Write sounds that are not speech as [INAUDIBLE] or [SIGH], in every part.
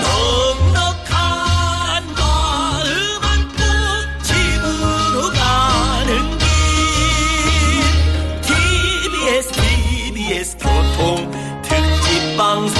넉넉한 마음 안고 집으로 가는 길 TBS TBS 교통 특집 방송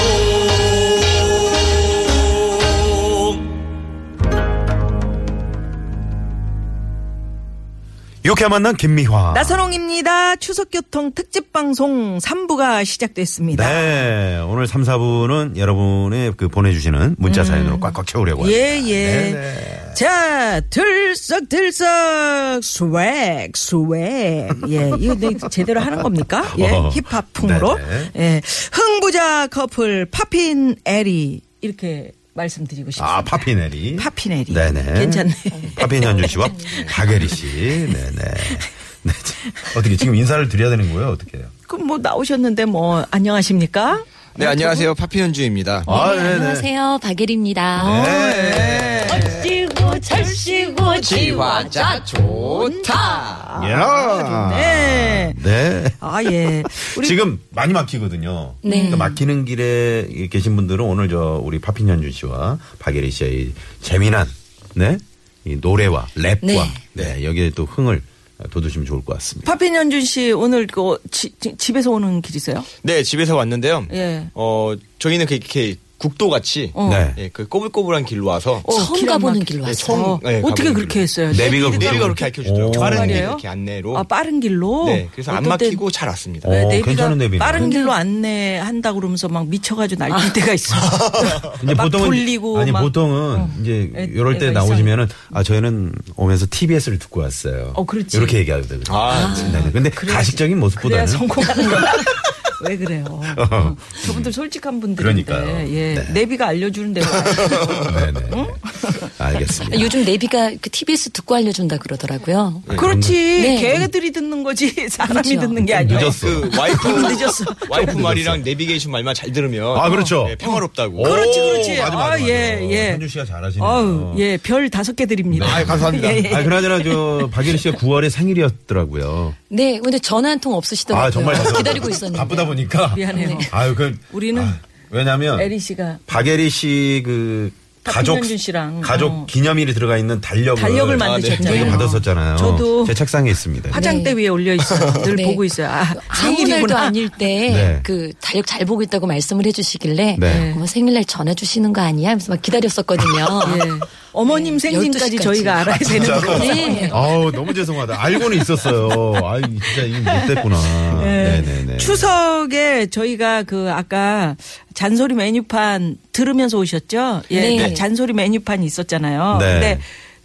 이렇게 만난 김미화. 나선홍입니다. 추석교통 특집방송 3부가 시작됐습니다. 네, 오늘 3, 4부는 여러분의 그 보내주시는 문자 사연으로 꽉꽉 채우려고 합니다. 음. 예, 네, 예. 자, 들썩, 들썩, 스웩, 스웩. 예, 이거 내 제대로 하는 겁니까? 예, 어, 힙합풍으로. 네네. 예, 흥부자 커플, 파핀, 에리. 이렇게 말씀드리고 싶습니다. 아, 파피네리. 파피네리. 네네. 괜찮네. [LAUGHS] 파피현준 씨와 박예리 씨. 네네. 네, 참. 어떻게 지금 인사를 드려야 되는 거예요? 어떻게 해요? 그럼 뭐 나오셨는데 뭐, 안녕하십니까? 네, 안녕하세요. 파피현주입니다. 아, 네, 안녕하세요, 박예리입니다. 네. 지고 철씨고 지화자 좋다. 아, 야. 네. 네. 아, 예. 우리 네. 지금 많이 막히거든요. 그러니까 막히는 길에 계신 분들은 오늘 저 우리 파핀현준 씨와 박예리 씨의 이 재미난 네? 이 노래와 랩과 네. 네. 여기에 또 흥을 돋우시면 좋을 것 같습니다. 파핀 연준 씨 오늘 그 지- 지- 집에서 오는 길이세요? 네, 집에서 왔는데요. 예. 어, 저희는 그 이렇게 국도 같이 어. 네. 예, 그 꼬불꼬불한 길로 와서 어, 처음 길 가보는 안막- 길로 네, 왔어요. 처음- 어, 네, 어떻게 가보는 그렇게 길로. 했어요? 내비가 그렇게- 내비가 그렇게 가르쳐 주더라고요. 오. 빠른 길 정말이에요? 이렇게 안내로. 아 빠른 길로. 네, 그래서 안 어떤 땐- 막히고 잘 왔습니다. 어, 네, 내비가 괜찮은 내비네. 빠른 길로 안내한다 그러면서 막 미쳐가지고 [LAUGHS] 날뛸 때가 있어. 이제 막 보통은 돌리고 아니 막- 어, 네, 보통은 이제 애- 이럴 때 애가 나오시면은 아 저희는 오면서 TBS를 듣고 왔어요. 어, 그렇지. 이렇게 얘기하거든요. 아, 네, 네. 근데 가식적인 그래야 모습보다는 성공하는 거야. 왜 그래요? 어, 저분들 솔직한 분들인데. 그러니까요. 예. 네. 내비가 알려주는 데가. [LAUGHS] 네네. 아, 알겠습니다. 요즘 내비가 그 TBS 듣고 알려준다 그러더라고요. [LAUGHS] 그렇지. 네. 걔들이 듣는 거지. [LAUGHS] 사람이 그렇죠. 듣는 게 아니야. 늦었어. 그 와이프 늦었어. 와이프 말이랑 내비게이션 말만 잘 들으면 아, 그렇죠. 네, 평화롭다고. 그렇지, 그렇지. 맞아, 맞아, 아, 맞아. 예, 예. 현준 씨가 잘하시네요. 네, 어우, 예, 별 다섯 개 드립니다. 예, 아, [LAUGHS] 감사합니다. 아, 그나저나 저 박예리 씨가 9월에 생일이었더라고요. 네, 근데 전화 한 통 없으시더라고요. 아 정말 죄송합니다. 기다리고 있었는데. 바쁘다 보니까 미안해요. 네. 아유 그 우리는 왜냐하면 에리 씨가 박예리 씨 그 가족 박현준 씨랑, 가족 어. 기념일이 들어가 있는 달력을 달력을 아, 네. 만드셨잖아요. 저희가 받았었잖아요. 저도 제 책상에 있습니다. 화장대 위에 올려 있어요. 늘 네. 보고 있어요. 아, 아무 날도 생일이구나. 아닐 때 네. 그 달력 잘 보고 있다고 말씀을 해주시길래 네. 어머, 생일날 전화 주시는 거 아니야? 하면서 예. 막 네. [LAUGHS] 기다렸었거든요. 어머님 생일까지 12시까지. 저희가 알아야 되는 거. 네. 아우 너무 죄송하다. 알고는 있었어요. 아 진짜 이거 못됐구나. 네네네. 추석에 저희가 그 아까 잔소리 메뉴판 들으면서 오셨죠? 예. 네. 다- 잔소리 메뉴판이 있었잖아요. 네. 근데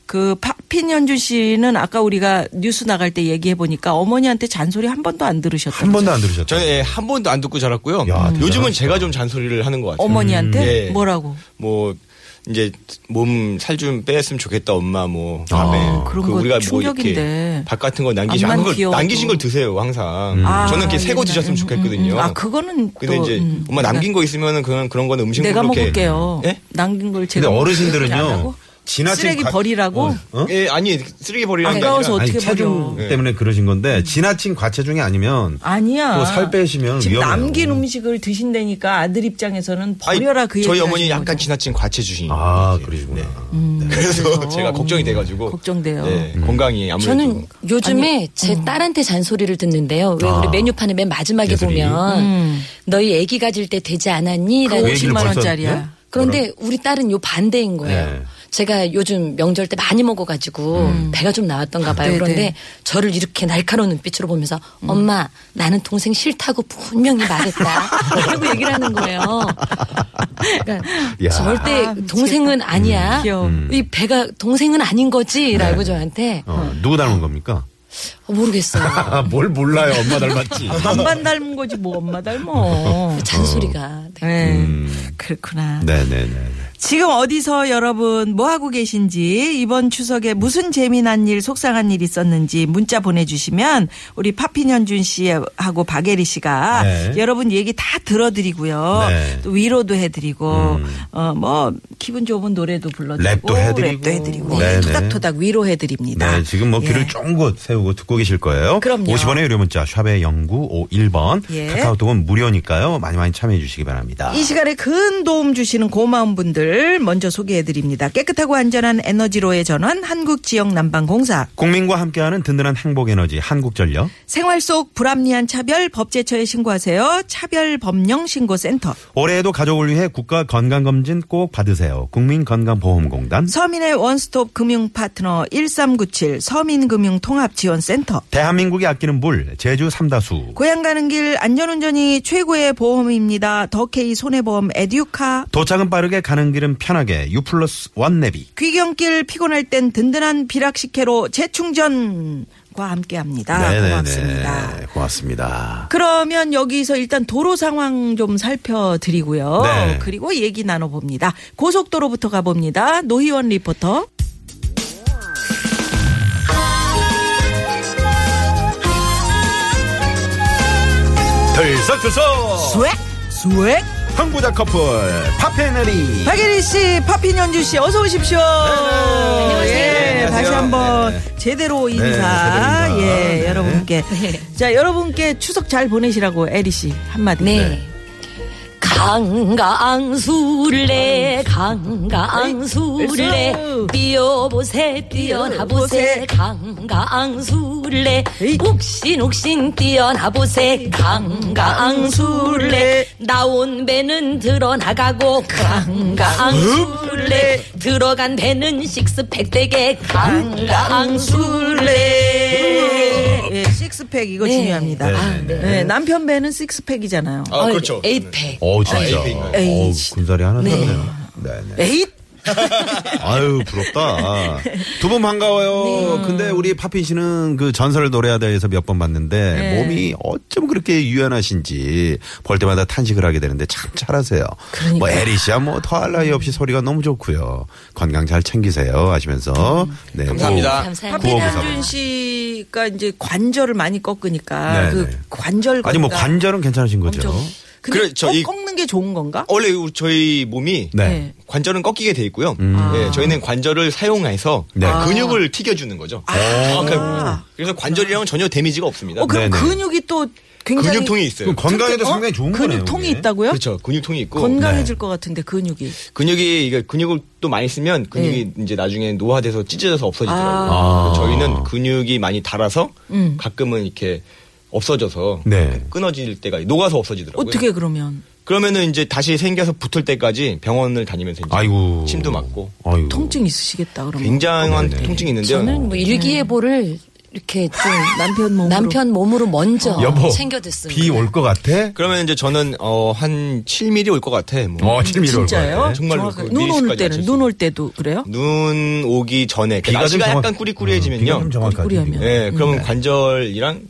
그 핀현준 씨는 아까 우리가 뉴스 나갈 때 얘기해 보니까 어머니한테 잔소리 한 번도 안 들으셨다고. 한 번도 안 들으셨죠? 저는 예, 한 번도 안 듣고 자랐고요. 야, 대단하시다. 요즘은 제가 좀 잔소리를 하는 것 같아요. 어머니한테 예. 뭐라고? 뭐 이제 몸 살 좀 빼었으면 좋겠다 엄마 뭐 밤에 아. 뭐 그런 거 충격인데. 밥 같은 거 남기시고 앞만 한걸 귀여워도. 남기신 걸 드세요 항상 아, 저는 이렇게 새거 옛날에. 음, 드셨으면 음, 좋겠거든요. 음. 아, 그거는 근데 또, 이제 음. 엄마 남긴 거 있으면은 그런 그런 건 음식물로 내가 이렇게- 먹을게요. 예? 남긴 걸 제가 근데 먹을게요. 이렇게 안 어르신들은요. 하고? 지나친 쓰레기 가- 버리라고 어? 예, 아니 쓰레기 버리는 게 아까워서 아니라 어떻게 아니, 체중 버려. 음. 때문에 그러신 건데 지나친 과체중이 아니면 아니야. 또살 빼시면 지금 위험해요. 남긴 음식을 드신다니까 아들 입장에서는 아니, 버려라 그 얘기. 저희 어머니 약간 지나친 과체주신 네. 아 그러시구나. 음. [LAUGHS] 그래서 제가 걱정이 돼가지고 걱정돼요. 네, 음. 건강이 아무래도 저는 요즘에 음. 제 딸한테 잔소리를 듣는데요. 왜 우리 메뉴판에 맨 마지막에 아. 잔소리. 보면 음. 너희 아기 가질 때 되지 않았니? 라는 그 얘기를 50만 벌써- 원짜리야. 네. 그런데 우리 딸은 요 반대인 거예요. 네. 음. 제가 요즘 명절 때 많이 먹어가지고 배가 좀 나왔던가 봐요. 네네. 그런데 저를 이렇게 날카로운 눈빛으로 보면서 음. 엄마 나는 동생 싫다고 분명히 [LAUGHS] 말했다. 라고 얘기를 하는 거예요. 그러니까 야. 음, 절대 아, 미치겠다. 동생은 아니야. 귀여워. 이 배가 동생은 아닌 거지라고 저한테 어, 누구 닮은 겁니까? 어, 모르겠어요. 아, [LAUGHS] 뭘 몰라요. 엄마 닮았지. 반반 닮은 거지 뭐 엄마 닮어. 잔소리가. 네. 음. 네. 그렇구나. [LAUGHS] 네네네. 지금 어디서 여러분 뭐 하고 계신지 이번 추석에 무슨 재미난 일, 속상한 일 있었는지 문자 보내주시면 우리 파핀 현준 씨하고 박예리 씨가 네. 여러분 얘기 다 들어드리고요. 네. 음. 또 위로도 해드리고 어 뭐 기분 좋은 노래도 불러드리고 랩도 해드리고. 랩도 해드리고 네, 네. 토닥토닥 위로해드립니다. 네, 지금 뭐 예. 귀를 쫑긋 세우고 듣고 계실 거예요. 그럼요. 50원의 유료 문자 샵의 0951번 예. 카카오톡은 무료니까요. 많이 많이 참여해 주시기 바랍니다. 이 시간에 큰 도움 주시는 고마운 분들 먼저 소개해 드립니다. 깨끗하고 안전한 에너지로의 전환 한국지역난방공사 국민과 함께하는 든든한 행복 에너지 한국전력 생활 속 불합리한 차별 법제처에 신고하세요. 차별법령신고센터 올해에도 가족을 위해 국가 건강검진 꼭 받으세요. 국민건강보험공단 서민의 원스톱 금융파트너 1397 서민금융통합지원센터 대한민국이 아끼는 물 제주 삼다수 고향 가는 길 안전운전이 최고의 보험입니다. 더케이 손해보험 에듀카 도착은 빠르게 가는 길은 편하게 U 플러스 원 내비 귀경길 피곤할 땐 든든한 비락식혜로 재충전과 네, 함께합니다. 아, 고맙습니다. 고맙습니다. 그러면 여기서 일단 도로 상황 좀 살펴드리고요. 네. 그리고 얘기 나눠봅니다. 고속도로부터 가봅니다. 노희원 리포터. 들썩들썩 스웩! 스웩! 황부자 커플 파페너리 박예리 씨, 파핀 연주 씨, 어서 오십시오. 안녕하세요. 네. 안녕하세요. 다시 한번 네, 제대로 인사. 네, 제대로 인사. 예, 네. [LAUGHS] 여러분께. 네. 자, 여러분께 추석 잘 보내시라고 에리 씨 한마디. 네. 강강술래 강강술래 에이구. 뛰어보세 뛰어나보세 강강술래 에이. 욱신욱신 뛰어나보세 강강술래 나온 배는 드러나가고 음. 강강술래 들어간 배는 식스팩 되게 음. 강강술래 예, 식스팩 이거 네. 중요합니다. 네, 네, 네, 남편 배는 식스팩이잖아요. 아, 그렇죠. 어, 에이팩 어 진짜. 에이, 어 군살이 하나 나네요. 네. 네. 에잇! 아유 부럽다. 두 분 반가워요. 근데 우리 파핀 씨는 그 전설을 노래하다 해서 몇 번 봤는데 몸이 어쩜 그렇게 유연하신지 볼 때마다 탄식을 하게 되는데 참 잘하세요. 뭐 에리 씨야 뭐 더할 나위 없이 소리가 너무 좋고요. 건강 잘 챙기세요 하시면서 네 감사합니다. 감사합니다. 파핀 구호구사번. 한준 씨가 이제 관절을 많이 꺾으니까 네, 그 네. 관절 아니 뭐 건강. 관절은 어? 괜찮으신 거죠? 근데 그렇죠. 꺾- 이- 꺾는 게 좋은 건가? 어, 원래 우리- 저희 몸이 네. 관절은 꺾이게 돼 있고요. 아. 예, 저희는 관절을 사용해서 음. 그 네. 근육을 튀겨주는 거죠. 아, 그러니까 정확하게. 그래서 관절이랑은 전혀 데미지가 없습니다. 아. 어 그럼 네네. 근육이 또 굉장히 근육통이 있어요. 그럼 건강에도 어? 상당히 좋은 거네요. 근육통이 이게. 네. 있다고요? 그렇죠. 근육통이 있고 건강해질 것 같은데 근육이. 근육이 이게 근육을 또 많이 네. 쓰면 근육이 이제 나중에 노화돼서 찢어져서 없어지더라고요. 아. 저희는 근육이 많이 닳아서 음. 가끔은 이렇게 없어져서 네. 끊어질 때가 녹아서 없어지더라고요. 어떻게 그러면 그러면은 이제 다시 생겨서 붙을 때까지 병원을 다니면서 이제 아이고 침도 맞고 아이고. 통증 있으시겠다 그러면. 굉장한 네, 통증이 있는데요. 저는 뭐 일기예보를 이렇게 좀 남편 몸으로. 남편 몸으로 먼저 아, 여보 챙겨 듣습니다. 비올 것 같아? 그러면 이제 저는 어 한 7mm 올 것 같아. 뭐. 어, 7mm 올것 같아. 진짜요? 정말로 정확하게. 그 눈 오는 미리까지 때는 앉을 눈 올 때도 그래요? 눈 오기 전에 그 날씨가 좀 정확- 약간 비가 좀 꾸리꾸리해지면요. 정확하게. 꾸리꾸리하면. 네. 예, 음. 그러면 관절이랑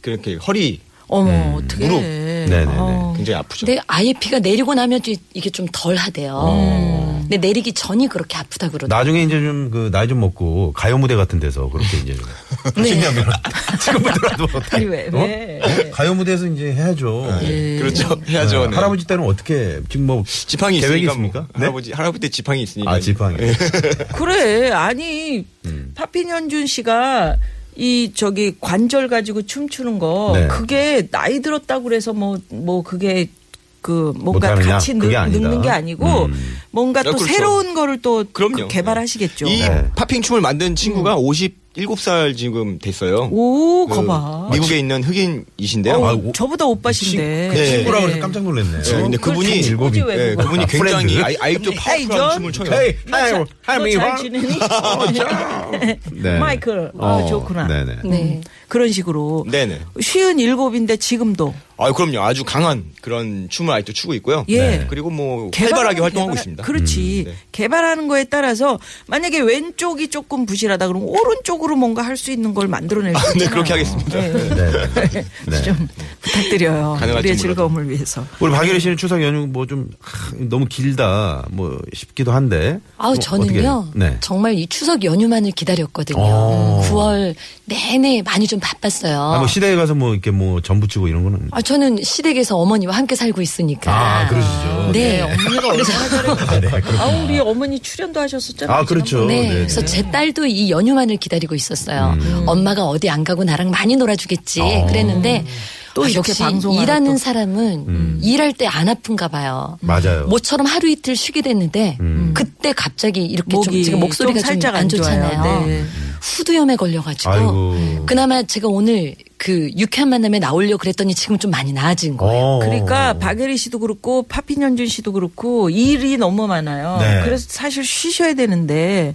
그렇게 허리 어머 어떻게? 무릎. 음. 네네네. 어. 굉장히 아프죠. 근데 아예 피가 내리고 나면 좀 이게 좀 덜하대요. 근데 내리기 전이 그렇게 아프다 그러더라고요. 어. 나중에 이제 좀 그 나이 좀 먹고 가요 무대 같은 데서 그렇게 이제 [LAUGHS] 좀 준비하면 지금부터라도 어떻게 네. 아니, 왜, 왜? 예. 어? 가요 무대에서 이제 해야죠. 네. 그렇죠. 해야죠. 네. 네. 할아버지 때는 어떻게 지금 뭐 지팡이 계획이 있으니까 있습니까? 뭐. 네? 할아버지 할아버지 때 지팡이 예. 있으니까. 아 지팡이. 그래 아니 음. 파핀현준 씨가 이 저기 관절 가지고 춤추는 거 네. 그게 나이 들었다고 그래서 뭐 뭐 그게 그 뭔가 못하느냐? 같이 늙, 그게 아니다. 는게 아니고 음. 뭔가 또 아, 그렇죠. 새로운 거를 또 그럼요. 개발하시겠죠. 음. 이 네. 팝핑 춤을 만든 친구가 57살 지금 됐어요. 오, 그 거봐. 미국에 있는 흑인이신데요. 어, 아, 오- 저보다 오빠신데. 그 친구라 네. 그래서 깜짝 놀랐네. 네, 근데 그분이 그걸 일곱이- 네, 춤추지 왜 예, 그걸. 그분이 굉장히 프렌드? 아이, 아이도 헤이, 파워풀한 존. 춤을 춰요. 헤이, 하이, 하이, 너잘 하이, 지내니? 아, 네. [LAUGHS] 마이클. 아, 좋구나. 네네. 네. 그런 식으로. 네네. 쉬운 일곱인데 지금도. 아, 그럼요. 아주 강한 그런 춤을 아직도 추고 있고요. 예. 네. 그리고 뭐 개발하는 활발하게 활동하고 개발- 있습니다. 그렇지. 음, 네. 개발하는 거에 따라서 만약에 왼쪽이 조금 부실하다 그러면 오른쪽으로 뭔가 할 수 있는 걸 만들어낼 수 있잖아요. 예. [LAUGHS] 네, 그렇게 하겠습니다. 네. 네. 네. 좀 부탁드려요. 가능할지 우리의 몰라도. 즐거움을 위해서. 우리 박예리 씨는 추석 연휴 뭐 좀 너무 길다 뭐 싶기도 한데. 아우 뭐 저는요 어떻게, 네. 정말 이 추석 연휴만을 기다렸거든요. 어. 9월 내내 많이 좀 바빴어요. 아, 뭐 시대에 가서 뭐 이렇게 뭐 전부치고 이런 거는. 아, 저는 시댁에서 어머니와 함께 살고 있으니까. 아, 그러시죠. 네. 어머니가 얼마나 잘해. 아, 네, 그렇군요. 아 우리 어머니 출연도 하셨었잖아요. 아, 그렇죠. 네. 네, 네. 그래서 제 딸도 이 연휴만을 기다리고 있었어요. 엄마가 어디 안 가고 나랑 많이 놀아주겠지. 그랬는데 또 아, 이렇게 역시 방송하러 일하는 또. 사람은 일할 때 안 아픈가 봐요. 맞아요. 모처럼 하루 이틀 쉬게 됐는데 그때 갑자기 이렇게 좀 목이 지금 목소리가 좀 살짝 좀안 안 좋아요. 좋잖아요. 네. 후두염에 걸려가지고 아이고. 그나마 제가 오늘 그 유쾌한 만남에 나오려 그랬더니 지금 좀 많이 나아진 거예요. 어. 그러니까 어. 박예리 씨도 그렇고 파핀현준 씨도 그렇고 일이 너무 많아요. 네. 그래서 사실 쉬셔야 되는데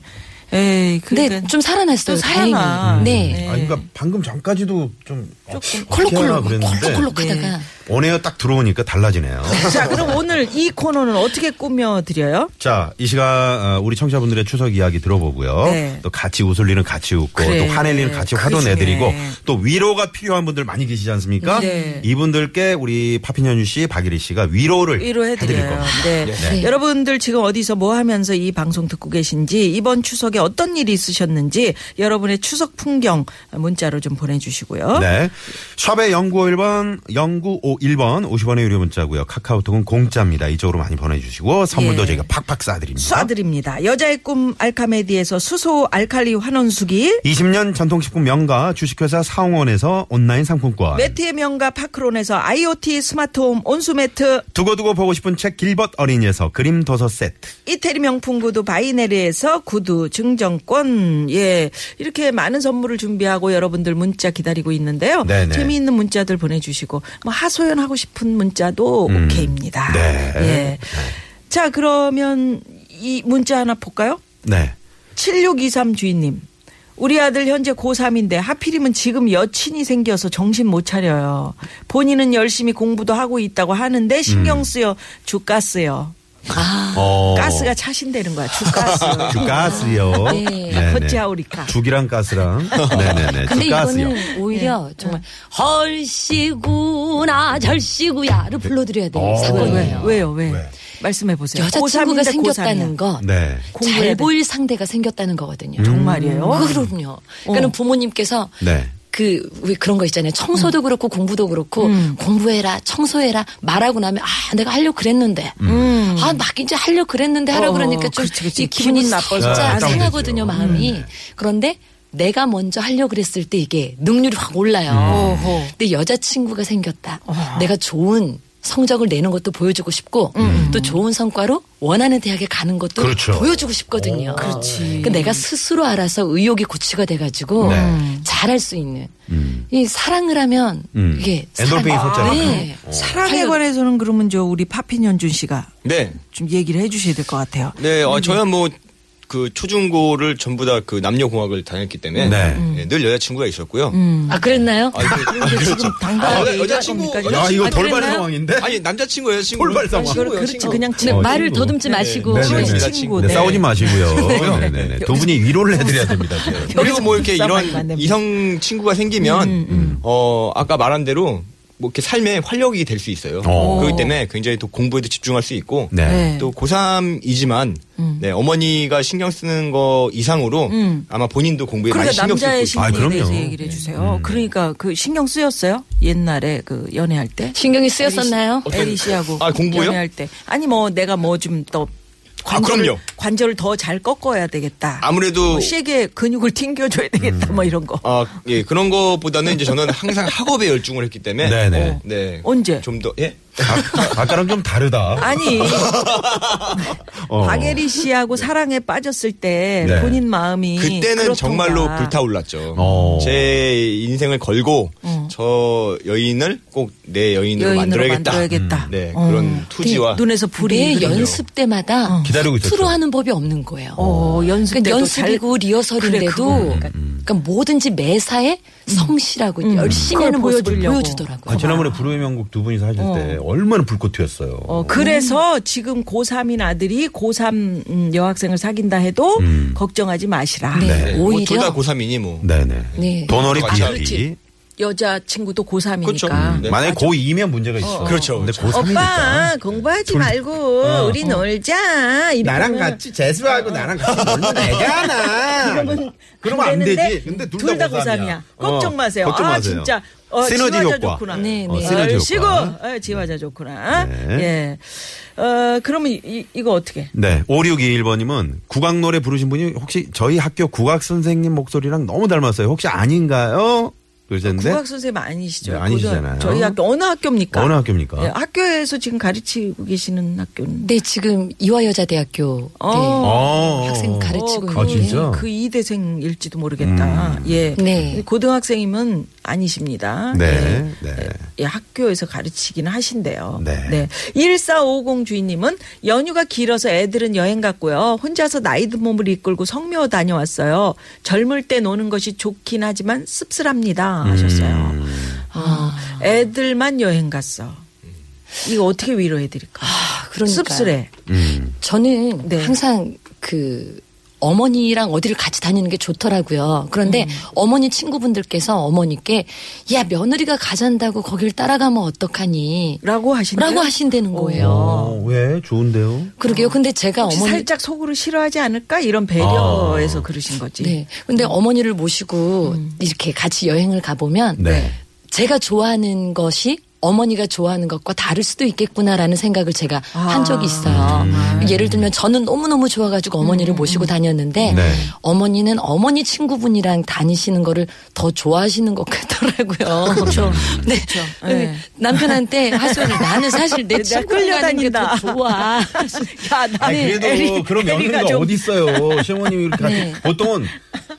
에이 근데 그러니까 좀 살아났어요. 또 다행히. 살아나. 음. 네. 아, 그러니까 방금 전까지도 좀 조금 콜록콜록 콜록콜록하다가 온에어 딱 들어오니까 달라지네요. 자 그럼 오늘 이 코너는 어떻게 꾸며 드려요? 자, 이 시간 어, 우리 청취자분들의 추석 이야기 들어보고요. 네. 또 같이 웃을 일은 같이 웃고 그래. 또 화낼 일은 같이 그게 화도 중요해. 내드리고 또 위로가 필요한 분들 많이 계시지 않습니까? 네. 이분들께 우리 파피현유 씨, 박일희 씨가 위로를 위로해 해드릴 드려요. 겁니다. 네. 여러분들 지금 어디서 뭐 하면서 이 방송 듣고 계신지 이번 추석에 어떤 일이 있으셨는지 여러분의 추석 풍경 문자로 좀 [LAUGHS] 보내주시고요. 네. 샵의 0951번, 0951번 50원의 유료 문자고요. 카카오톡은 공짜입니다. 이쪽으로 많이 보내주시고 선물도 예. 저희가 팍팍 쏴드립니다. 쏴드립니다. 여자의 꿈 알카메디에서 수소 알칼리 환원수기 20년 전통식품 명가 주식회사 사홍원에서 온라인 상품권. 매트의 명가 파크론에서 IoT 스마트홈 온수매트 두고두고 보고 싶은 책 길벗 어린이에서 그림 도서 세트. 이태리 명품 구두 바이네리에서 구두 증정권 예 이렇게 많은 선물을 준비하고 여러분들 문자 기다리고 있는데요 네네. 재미있는 문자들 보내주시고 뭐 하소연 하고 싶은 문자도 오케이입니다 음, 네. 예. 자 그러면 이 문자 하나 볼까요 네. 7623 주인님 우리 아들 현재 고3인데 하필이면 지금 여친이 생겨서 정신 못 차려요 본인은 열심히 공부도 하고 있다고 음. 하는데 신경 쓰여 주가스요 아. 어. 가스가 차신다는 거야. [LAUGHS] 주가스. 주가스요. 네네. 허치아우리카. 죽이랑 가스랑. 네네네. 네. 근데 주가스요. 이거는 오히려 정말 헐시구나 절시구야를 불러드려야 어. 되는 사건이에요. 왜요? 왜? 왜? 말씀해 보세요. 여자친구가 고3인데 생겼다는 고3이야. 거. 네. 공부해야 잘 돼. 음. 보일 상대가 생겼다는 거거든요. 정말이에요? 어. 그럼요. 그러니까 는 부모님께서 네. 그 왜 그런 거 있잖아요. 음. 청소도 그렇고 공부도 그렇고 공부해라, 청소해라 말하고 나면 아 내가 하려 고 그랬는데 아 막 이제 하려 고 그랬는데 하라 고 음. 어, 그러니까 좀 이 그렇지, 그렇지. 기분이 기분 나빠서 안 살짝 되죠. 상하거든요 마음이. 그런데 내가 먼저 하려 고 그랬을 때 이게 능률이 확 올라요. 어허. 근데 여자친구가 생겼다. 어. 내가 좋은 성적을 내는 것도 보여주고 싶고 또 좋은 성과로 원하는 대학에 가는 것도 음. 그렇죠. 보여주고 싶거든요. 그렇지. 내가 스스로 알아서 의욕이 고치가 돼가지고 네. 잘할 수 있는 이 사랑을 하면 음. 이게 엔돌핀이 사랑- 솟잖아요. 네. 사랑에 관해서는 그러면 저 우리 파핀 현준 씨가 [LAUGHS] 네. 좀 얘기를 해주셔야 될 것 같아요. 네, 어, 저는 뭐 그 초중고를 전부 다 그 남녀공학을 다녔기 때문에 네. 예, 늘 여자친구가 있었고요. 어. 아 그랬나요? [LAUGHS] 아, 그, 음. 지금 당당하게 아, 얘기할 여자친구, 겁니까? 여자친구. 야, 이거 아, 돌발 그랬나요? 상황인데? 아니 남자친구 여자친구 돌발 상황. 여자친구, 그렇지 여자친구. 그냥 근데 어, 말을 친구. 더듬지 마시고 네, 네, 네. 친구, 친구. 친구. 네, 네. 싸우지 마시고요. 네네네. 두 분이 위로를 해드려야 됩니다. 지금. 그리고 뭐 이렇게 싸움이 안 됩니다. 이런 이성 친구가 생기면 음, 어 아까 말한 대로 뭐 이렇게 삶의 활력이 될 수 있어요. 오. 그렇기 때문에 굉장히 또 공부에도 집중할 수 있고 네. 네. 또 고3이지만 음. 네, 어머니가 신경 쓰는 거 이상으로 아마 본인도 공부에 많이 그러니까 신경 쓰고 남자의 있어요. 음. 아, 신경에 그럼요. 대해서 얘기를 해주세요. 그러니까 그 신경 쓰였어요? 옛날에 그 연애할 때? 신경이 쓰였었나요? 에리 씨하고 어떤- 아, 공부요? 아, 연애할 때. 아니 뭐 내가 뭐 좀 더 관절을, 그럼요. 관절을 더 잘 꺾어야 되겠다. 아무래도 뭐 씨에게 근육을 [LAUGHS] 튕겨줘야 되겠다. 뭐 이런 거. 아, 예, 그런 거보다는 이제 저는 항상 학업에 열중을 했기 때문에 네네. 어, 네. 언제? 좀 더 예? 아, 아까랑 좀 다르다. 아니 어. 박예리 씨하고 사랑에 빠졌을 때 네. 본인 마음이 네. 그때는 그렇던가. 정말로 불타올랐죠. 어. 제 인생을 걸고 저 여인을 꼭 내 음. 여인으로, 여인으로 만들어야겠다. 만들어야겠다. 음. 네, 어. 그런 투지와 눈에서 불이 매 흐르죠. 연습 때마다 기다리고 있었죠. 투로 하는 법이 없는 거예요. 어, 연습 그러니까 때도 연습이고 잘- 그래, 리허설인데도 그거. 음. 그러니까 뭐든지 매사에 성실하고 열심히 그걸 하는 모습을 보여주려고. 보여주더라고요. 아, 지난번에 불후의 명곡 두 분이서 하실 때 얼마나 불꽃 튀었어요. 어, 그래서 지금 고3인 아들이 고3 여학생을 사귄다 해도 음. 걱정하지 마시라. 네. 뭐 오히려 둘다 고3이니 뭐. 네네. 네. 도널이 아, VIP. 그렇지. 여자 친구도 고3이니까. 그렇죠. 네. 만약에 고2면 문제가 있어. 그렇죠, 근데 그렇죠. 고3이니까. 오빠 공부하지 말고 어, 우리 놀자. 이러면 같이 어. 재수하고 나랑 같이 [LAUGHS] 놀면 되잖아. 그러면 그러면 안 되지. 근데 둘 둘다 다 고3이야. 고3이야. 어, 걱정 마세요. 걱정 아, 마세요. 진짜. 어, 시너지 지화자 효과. 좋구나. 네, 어, 네. 시너지 얼씨구. 효과. 어, 지화자 좋구나. 네. 예. 어, 그러면 이, 이거 어떻게? 네. 5621번님은 국악 노래 부르신 분이 혹시 저희 학교 국악 선생님 목소리랑 너무 닮았어요. 혹시 아닌가요? 그러셨는데. 국악 선생님 아니시죠? 네, 아니시잖아요. 고등- 저희 학교 어느 학교입니까? 어느 학교입니까? 예, 학교에서 지금 가르치고 계시는 학교는 네, 지금 이화여자대학교 네, 어. 학생 가르치고 어, 있는데 그, 아, 진짜? 음. 그 2대생일지도 모르겠다. 예. 네. 고등학생이면 아니십니다. 예. 네. 네. 예, 학교에서 가르치긴 하신대요. 네. 1450 주인님은 연휴가 길어서 애들은 여행 갔고요. 혼자서 나이든 몸을 이끌고 성묘 다녀왔어요. 젊을 때 노는 것이 좋긴 하지만 씁쓸합니다. 음. 하셨어요. 아, 애들만 여행 갔어. 이거 어떻게 위로해 드릴까? 그러니까요. 씁쓸해. 음. 저는 네. 항상 그 어머니랑 어디를 같이 다니는 게 좋더라고요. 그런데 음. 어머니 친구분들께서 어머니께 야 며느리가 가잔다고 거길 따라가면 어떡하니? 라고 하신대요. 라고 하신다는 거예요. 어, 왜? 좋은데요? 그러게요. 근데 제가 혹시 어머니 살짝 속으로 싫어하지 않을까 이런 아. 배려에서 그러신 거지. 네. 음. 근데 어머니를 모시고 이렇게 같이 여행을 가보면 네. 제가 좋아하는 것이 어머니가 좋아하는 것과 다를 수도 있겠구나라는 생각을 제가 한 적이 있어요. 예를 들면 저는 너무너무 좋아가지고 어머니를 모시고 다녔는데 네. 어머니는 어머니 친구분이랑 다니시는 거를 더 좋아하시는 것 같더라고요. 그렇죠. 네. 네. 남편한테 하소연이 나는 사실 내 내가 [LAUGHS] 친구랑 가는 게 더 끌려다닌다. 좋아. 야, 나 아니, 그래도 에리- 그런 에리가 며느리가 좀- 어디 있어요? 시어머님이 [LAUGHS] 이렇게 네. 같이- 보통은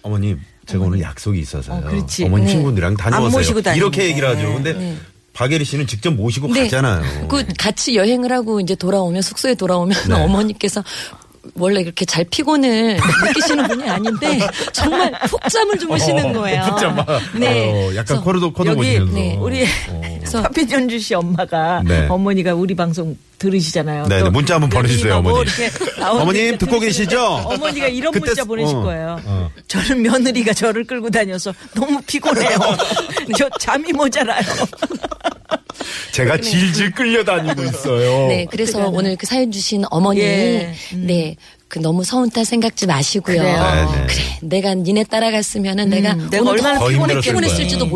어머님 제가 오늘 약속이 있어서요. 어, 그렇지. 어머님 네. 친구들이랑 다녀오세요. 안 모시고 다니는데. 네. 이렇게 얘기를 하죠. 근데 네. 박예리 씨는 직접 모시고 가잖아요. 그 같이 여행을 하고 이제 돌아오면 숙소에 돌아오면 네. [LAUGHS] 어머니께서 원래 그렇게 잘 피곤을 느끼시는 분이 아닌데 정말 푹 잠을 [LAUGHS] 주무시는 어, 거예요. 진짜 막 네. 어, 약간 코르도 어. 코르 여기 보시면서. 네, 우리 [LAUGHS] 그래서 서피전주 씨 엄마가 네. 어머니가 우리 방송 들으시잖아요. 네, 또 네, 문자 한번 보내주세요, 며느리가 뭐 어머니. 이렇게 나오는데 어머님 듣고 계시죠? 어머니가 이런 그때 문자 쓰- 보내실 어, 거예요. 어. 저는 며느리가 저를 끌고 다녀서 너무 [LAUGHS] 피곤해요. [LAUGHS] 저 잠이 모자라요. 제가 질질 끌려다니고 있어요. 네, 그래서 오늘 그 사연 주신 어머니 예, 네. 그 너무 서운타 생각지 마시고요. 그래요. 음, 네, 네. 그래, 내가 니네 따라갔으면은 내가 내가 오늘 얼마나 음. 더 더 힘들었을 피곤했을지도 거야.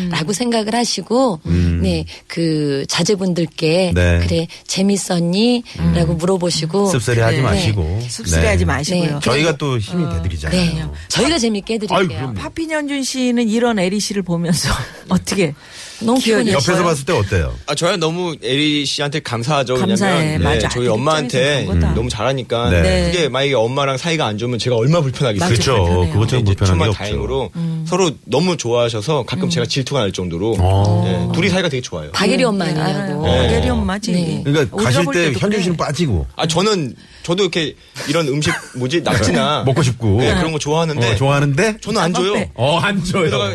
몰라라고 생각을 하시고, 네, 그 자제분들께 음. 네. 음. 그래 재밌었니?라고 물어보시고, 씁쓸해하지 네. 마시고. 씁쓸해하지 네. 마시고요. 저희가 또 힘이 되드리잖아요. 네, 저희가 재밌게 아유, 해드릴게요. 그럼요. 파피년준 씨는 이런 에리 씨를 보면서 [LAUGHS] 어떻게 너무 기억이 피곤해서. 옆에서 봤을 때 어때요? 아, 저야 너무 에리 씨한테 감사하죠. 감사해. 왜냐면 네, 맞아. 아이들 저희 입장에서 엄마한테 그런 거다. 너무 잘하겠다. 네. 잘하니까 그게 만약에 엄마랑 사이가 안 좋으면 제가 얼마나 불편하겠어요. 그렇죠. 불편해요. 음. 그것처럼 근데 이제 불편한 게 정말 없죠. 다행으로 서로 너무 좋아하셔서 가끔 제가 질투가 날 정도로 아. 예, 둘이 사이가 되게 좋아요. 음. 박예리 엄마 아니냐고. 네. 아, 에리 엄마지. 네. 그러니까 우리가 가실 볼 때 때도 네. 현준 그래. 씨는 빠지고 아 저는 저도 이렇게 이런 음식 뭐지 낙지나 아, [LAUGHS] 먹고 싶고 네, 그런 거 좋아하는데 어, 좋아하는데 저는 안 줘요. 어, 안 그러다가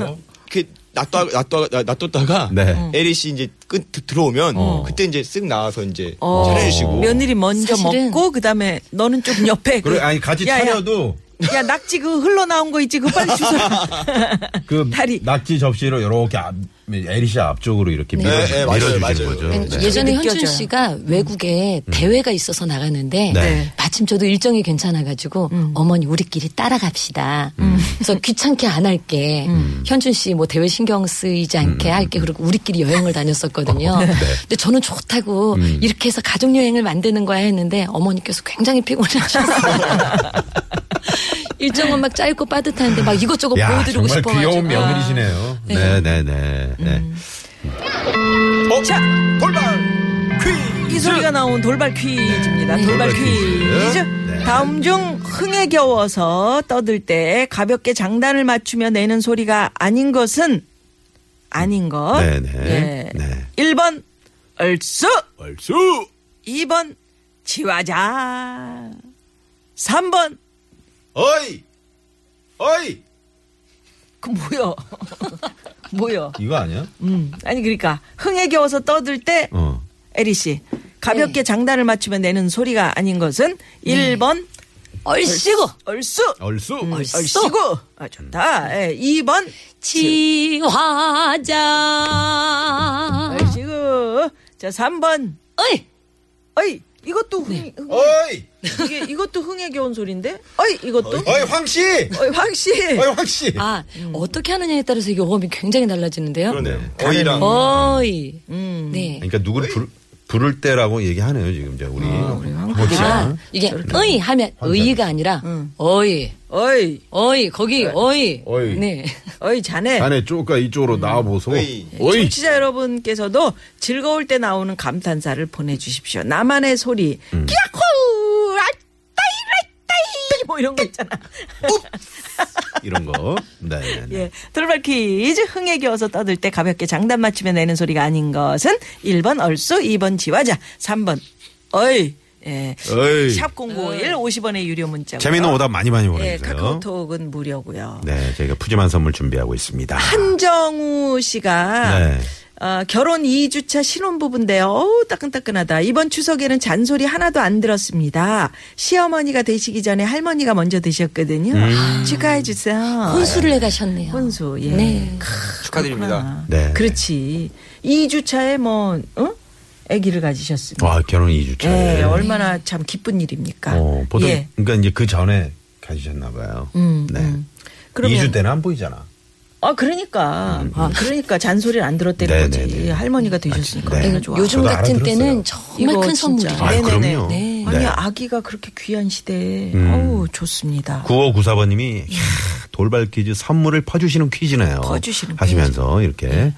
이렇게 놔둬 놔둬 놔뒀다가 네. 음. 에리 씨 이제 끝 드- 들어오면 그때 이제 쓱 나와서 이제 어. 차려주시고 며느리 먼저 사실은- 먹고 그다음에 너는 좀 옆에 그래 아니 같이 야, 야. 차려도 야 낙지 그 흘러나온 거 있지 그거 빨리 [LAUGHS] 주워라 그 다리. 낙지 접시로 이렇게 앞, 에리샤 앞쪽으로 이렇게 밀어 네, 네, 맞아요, 밀어주시는 맞아요. 거죠. 아니, 네. 음. 예전에 느껴져요. 현준 씨가 외국에 대회가 있어서 나가는데 네. 음. 마침 저도 일정이 괜찮아가지고 어머니 우리끼리 따라갑시다. 음. 그래서 귀찮게 안 할게. 음. 현준 씨 뭐 대회 신경 쓰이지 않게 할게. 그리고 우리끼리 여행을 어, 다녔었거든요. 네. 근데 저는 좋다고 음. 이렇게 해서 가족 여행을 만드는 거야 했는데 어머니께서 [LAUGHS] 굉장히 피곤해하셨어요. [LAUGHS] 일정은 막 짧고 빠듯한데 막 이것저것 야 보여드리고 정말 싶어가지고. 아, 귀여운 며느리시네요. 네. 네네네. 네. 어, 자 돌발 이 소리가 나온 돌발 퀴즈입니다. 돌발 네. 돌발 퀴즈. 퀴즈. 네. 다음 중 흥에 겨워서 떠들 때 가볍게 장단을 맞추며 내는 소리가 아닌 것은 아닌 것. 네, 네. 예. 네. 1번 얼쑤. 얼쑤. 2번 지화자. 3번 어이. 어이. 그 뭐야? [LAUGHS] 뭐야? 이거 아니야? 음. 아니 그러니까 흥에 겨워서 떠들 때 어. 네. 에리 씨 가볍게 장단을 맞추면 내는 소리가 아닌 것은 1번 얼씨구 얼쑤 얼쑤. 음. 음. 얼씨구 아 좋다 예, 2번 지화자 얼씨구 자 3번 어이 어이 이것도 흥, 네. 흥- 어이. 이게 이것도 흥에 겨운 소리인데 어이 이것도 어이 황씨. 어이 황씨 어이 황씨. 아 어떻게 하느냐에 따라서 이게 어음이 굉장히 달라지는데요 그러네요. 어이랑. 어이 음. 네 그러니까 누구를 부를, 부를 때라고 얘기하네요 지금 이제 우리. 뭐 황 아, 씨랑. 이게 어이 하면 의의가 아니라 음. 어이 어이 어이 거기 어이 어이. 네 어이 자네 자네 쪼까 이쪽으로 음. 나와보소. 어이. 어이. 청취자 여러분께서도 즐거울 때 나오는 감탄사를 보내주십시오. 나만의 소리, 끼야코, 아따이, 라따이, 뭐 이런 거 있잖아. 이런 거. 네. 네, 네. 예. 돌발 퀴즈, 흥에 겨워서 떠들 때 가볍게 장단 맞추며 내는 소리가 아닌 것은 1번 얼쑤, 2번 지화자, 3번 어이. 예. 어이. 샵 051, 50원의 유료 문자. 재미있는 오답 많이 많이 예, 보내주세요. 카카오톡은 무료고요 네, 저희가 푸짐한 선물 준비하고 있습니다. 한정우 씨가 네. 어, 결혼 2주차 신혼부부인데요. 어우, 따끈따끈하다. 이번 추석에는 잔소리 하나도 안 들었습니다. 시어머니가 되시기 전에 할머니가 먼저 되셨거든요. 음. 아, 예. 축하해주세요. 혼수를 해가셨네요 혼수, 예. 네 축하드립니다. 네. 아, 그렇지. 2주차에 뭐, 응? 아기를 가지셨습니다. 와, 결혼 2주차. 예, 얼마나 참 기쁜 일입니까. 어, 보통 예. 음, 그러니까 이제 그 전에 가지셨나 봐요. 네. 그러면- 2주 때는 안 보이잖아. 아, 그러니까. 아, 그러니까 잔소리를 안 들었다는 네, 거지. 네, 네. 할머니가 되셨으니까. 네. 얼마나 그러니까 좋아. 요즘 저도 같은 알아들었어요. 때는 정말 이거 큰 진짜. 선물이에요 아, 네네네. 그럼요. 네. 아니 네. 아기가 그렇게 귀한 시대에 음. 어우 좋습니다. 9594번 님이 돌발 퀴즈 선물을 퍼 주시는 퀴즈네요. 퍼주시는 하시면서 이렇게 예,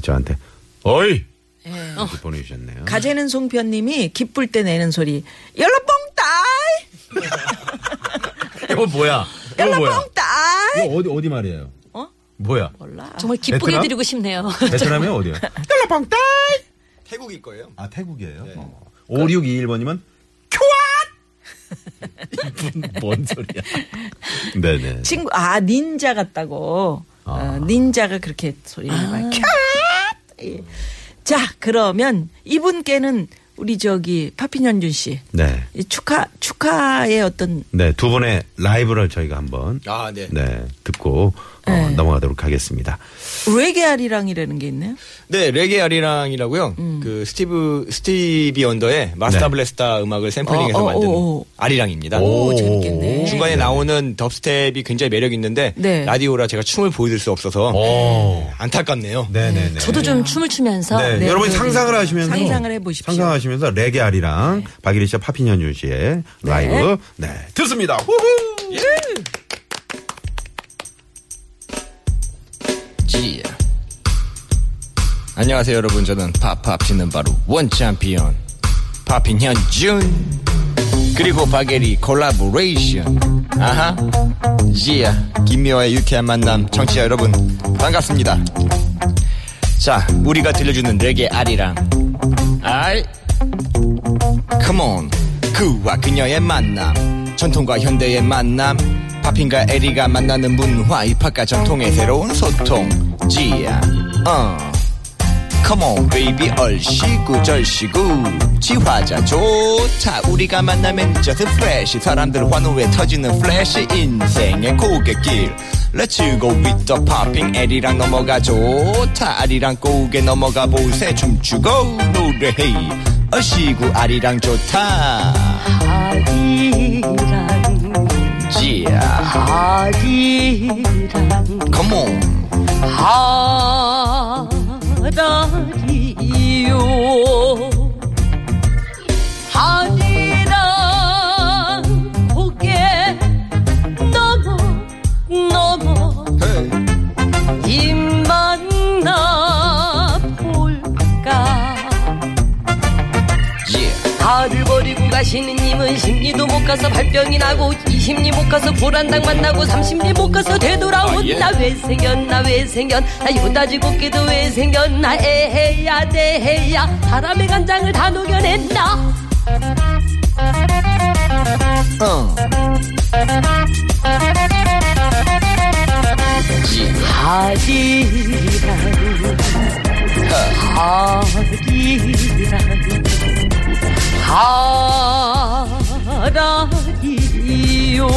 저한테 어이 이렇게 보내주셨네요. 예. 가재는 송편님이 기쁠 때 내는 소리 열라뽕따이 [LAUGHS] 이거 뭐야? 이거 뭐야? 열라뽕따이 이거 어디 어디 말이에요? 어? 뭐야? 정말 기쁘게 베트남? 해드리고 싶네요 베트남이 [LAUGHS] 어디야? 쫄라방딸. 태국일 거예요. 아 태국이에요. 어. 5621번이면 쿄앗. 뭔 소리야? 네네. 친구 아 닌자 같다고 아. 어, 닌자가 그렇게 소리를 막 캬. 예. 자 그러면 이분께는 우리 저기 파피년준 씨 네. 이 축하 축하의 어떤 네, 두 분의 라이브를 저희가 한번 아, 네. 네, 듣고 어, 네. 넘어가도록 하겠습니다. 레게알이랑이라는 게 있나요? 네, 레게 아리랑이라고요. 음. 그 스티브 스티비 언더의 마스터 네. 블래스타 음악을 샘플링해서 어, 어, 만든 오, 오. 아리랑입니다. 오, 재밌겠네. 중간에 나오는 덥스텝이 굉장히 매력 있는데 네. 라디오라 제가 춤을 보여드릴 수 없어서 오. 안타깝네요. 네, 네, 네. 저도 좀 춤을 추면서 아, 네, 여러분 상상을 하시면서 상상을 해보십시오. 네. 상상하시면서 레게 아리랑 박일희 씨와 파피년준 씨의 라이브 네, 듣습니다. 후후. 지. 안녕하세요 여러분 저는 팝팝씨는 바로 원챔피언 팝인 현준 그리고 바게리 콜라보레이션 아하 지야 김미화의 유쾌한 만남 청취자 여러분 반갑습니다 자 우리가 들려주는 내게 아리랑 아이 컴온 그와 그녀의 만남 전통과 현대의 만남 파핀과 에리가 만나는 문화 입학과 전통의 새로운 소통 지야 어 컴온 베이비 얼씨구 절씨구 지화자 좋다 우리가 만나면 just fresh 사람들 환호에 터지는 플래시 인생의 고객길 Let's go with the popping 에리랑 넘어가 좋다 아리랑 고우게 넘어가 보세 춤추고 노래해 얼씨구 아리랑 좋다 아리랑 지야 아리랑 컴온 하라리요 아리랑 고개 넘어 넘어 입만 나 볼까 지야 가을 버리고 가시는 님은 십리도 못 가서 발병이 나고 이십리 못 가서 불안당 만나고 삼십리 못 가서 되돌아온 아, 예. 나 왜 생겼나 왜 생겼나 이거 따지고 깨도 왜 생겼나 에헤야 대헤야 바람의 간장을 다 녹여냈나 어. 지야 하리랑 하리랑 하라리요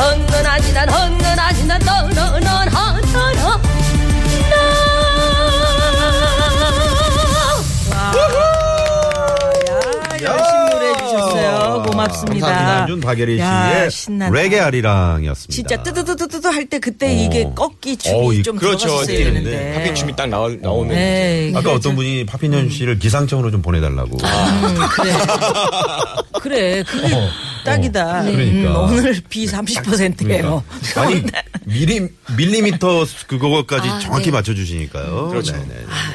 헌건 아시나 떠는 헌터너 나 아, 아, 야, 열심히 노래해 주셨어요. 고맙습니다. 감사합니다. 안준 박예리 야, 씨의 신난다. 레게 아리랑이었습니다. 어. 진짜 뜨드드드드드 할 때 그때 이게 꺾기 춤이 어우, 이- 좀 그렇죠. 들어갔어야 뛰는데. 되는데. 네, 하빈 춤이 딱 나오, 나오는. 에이, 아까 어떤 음. 분이 파핀현 씨를 기상청으로 좀 보내달라고. 아, 그래. 그래. 그게 딱이다. 어, 그러니까. 음, 오늘 비 30%예요. [LAUGHS] 네. 아니 미리 밀리미터 그거까지 아, 정확히 네. 맞춰주시니까요. 그렇죠. 네네. 아,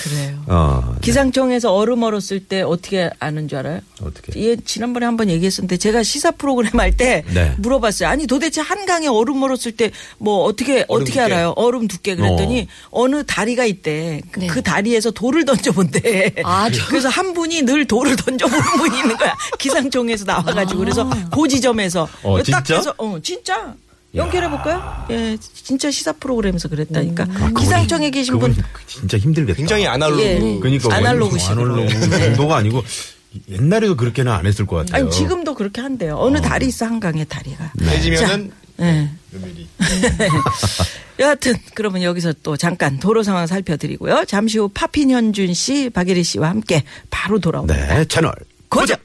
그래요. 어 네. 기상청에서 얼음 얼었을 때 어떻게 아는 줄 알아요? 어떻게? 예, 지난번에 한 번 얘기했었는데 제가 시사 프로그램 할 때 네. 물어봤어요. 아니 도대체 한강에 얼음 얼었을 때 뭐 어떻게 얼음 어떻게 두께. 알아요? 얼음 두께 그랬더니 어. 느 다리가 있대. 그- 그 다리에서 돌을 던져본대. 네. 아, 저- 그래서 한 분이 늘 돌을 던져보는 분이 있는 거야. 기상청에서 나와가지고 그래서 아. 그 지점에서 어, 진짜? 해서 어 진짜. 연결해 볼까요? 예, 진짜 시사 프로그램에서 그랬다니까. 기상청에 계신 음. 아, 그분 분 진짜 힘들겠다. 굉장히 아날로그. 예. 음. 그러니까 아날로그식으로. 네. 아날로그 정도가 아니고 옛날에도 그렇게는 안 했을 것 같아요. 아니 지금도 그렇게 한대요. 어느 다리 있어 한강에 다리가. 해지면은 예. 요미리. [LAUGHS] 여하튼 그러면 여기서 또 잠깐 도로 상황 살펴드리고요. 잠시 후 파핀 현준 씨, 박예리 씨와 함께 바로 돌아옵니다. 네 채널 고정.